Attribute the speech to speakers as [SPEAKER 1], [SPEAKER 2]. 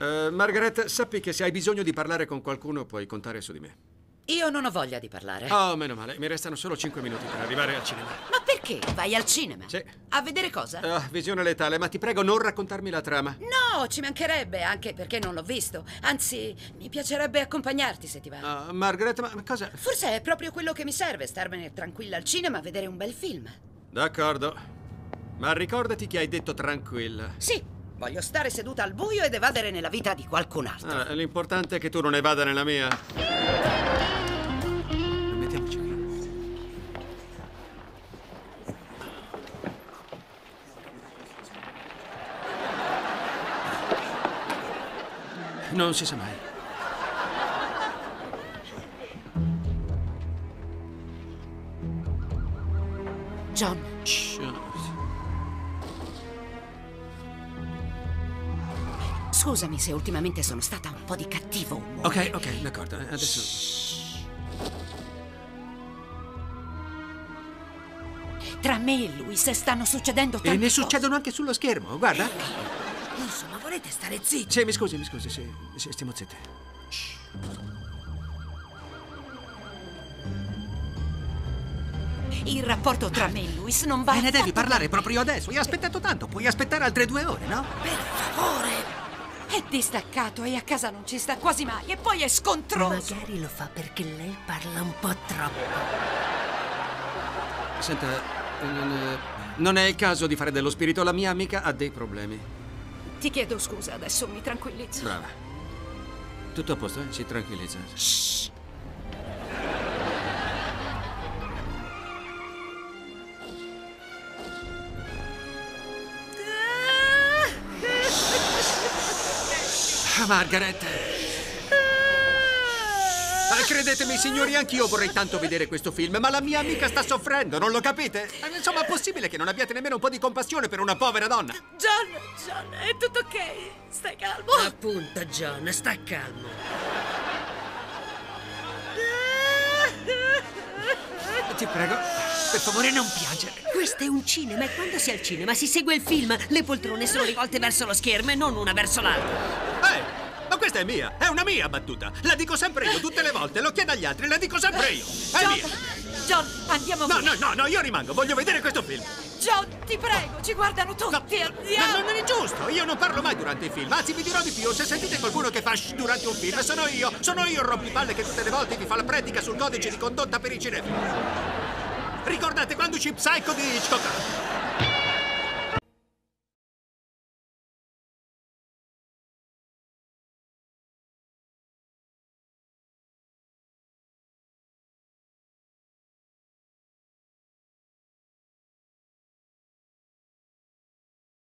[SPEAKER 1] Eh, Margaret, sappi che se hai bisogno di parlare con qualcuno puoi contare su di me.
[SPEAKER 2] Io non ho voglia di parlare.
[SPEAKER 1] Oh, meno male, mi restano solo 5 minuti per arrivare al cinema.
[SPEAKER 2] Ma perché vai al cinema?
[SPEAKER 1] Sì.
[SPEAKER 2] A vedere cosa?
[SPEAKER 1] Ah, visione letale, ma ti prego non raccontarmi la trama.
[SPEAKER 2] No, ci mancherebbe, anche perché non l'ho visto. Anzi, mi piacerebbe accompagnarti se ti va.
[SPEAKER 1] Ah, Margaret, ma cosa?
[SPEAKER 2] Forse è proprio quello che mi serve, starmene tranquilla al cinema a vedere un bel film.
[SPEAKER 1] D'accordo. Ma ricordati che hai detto tranquilla.
[SPEAKER 2] Sì, voglio stare seduta al buio ed evadere nella vita di qualcun altro.
[SPEAKER 1] Ah, l'importante è che tu non ne vada nella mia. Mettiamoci qui. Non si sa mai.
[SPEAKER 2] John,
[SPEAKER 1] Shh.
[SPEAKER 2] scusami se ultimamente sono stata un po' di cattivo
[SPEAKER 1] Ok,
[SPEAKER 2] umore.
[SPEAKER 1] ok, d'accordo. eh, Adesso.
[SPEAKER 2] Tra me e lui se stanno succedendo tante
[SPEAKER 1] E ne
[SPEAKER 2] cose.
[SPEAKER 1] succedono anche sullo schermo, guarda.
[SPEAKER 2] Insomma, volete stare zitti?
[SPEAKER 1] Sì, mi scusi, mi scusi, sì, sì, stiamo zitti.
[SPEAKER 2] Il rapporto tra me e Luis non va
[SPEAKER 3] E ne devi
[SPEAKER 2] affatto
[SPEAKER 3] parlare proprio adesso. Hai aspettato tanto. Puoi aspettare altre due ore, no?
[SPEAKER 2] Per favore! È distaccato e a casa non ci sta quasi mai. E poi è scontroso.
[SPEAKER 4] Magari lo fa perché lei parla un po' troppo.
[SPEAKER 1] Senta, eh, non è, non è il caso di fare dello spirito. La mia amica ha dei problemi.
[SPEAKER 2] Ti chiedo scusa, adesso mi tranquillizzo.
[SPEAKER 1] Brava. Tutto a posto, eh? Si tranquillizza. Ah, Margaret. Ah, Credetemi, signori, anch'io vorrei tanto vedere questo film, ma la mia amica sta soffrendo, non lo capite? Eh, Insomma, è possibile che non abbiate nemmeno un po' di compassione per una povera donna?
[SPEAKER 2] John, John, è tutto ok. Stai
[SPEAKER 4] Ah!
[SPEAKER 2] calmo.
[SPEAKER 4] Oh! Appunto, John, sta calmo.
[SPEAKER 1] Ti prego, per favore non piangere.
[SPEAKER 4] Questo è un cinema e quando si è al cinema si segue il film. Le poltrone sono rivolte verso lo schermo e non una verso l'altra.
[SPEAKER 1] Eh, ma questa è mia, è una mia battuta. La dico sempre io, tutte le volte, lo chiedo agli altri, la dico sempre io. È
[SPEAKER 2] John,
[SPEAKER 1] mia.
[SPEAKER 2] John, andiamo
[SPEAKER 1] No,
[SPEAKER 2] via.
[SPEAKER 1] no, no, no, io rimango, voglio vedere questo film.
[SPEAKER 2] John, ti prego, ci guardano tutti.
[SPEAKER 1] Ma
[SPEAKER 2] Andiamo.
[SPEAKER 1] non è giusto, io non parlo mai durante i film, anzi vi dirò di più, se sentite qualcuno che fa shh durante un film, sono io, sono io il rompipalle che tutte le volte vi fa la predica sul codice di condotta per i cinefili. Ricordate quando ci Psycho di Hitchcock?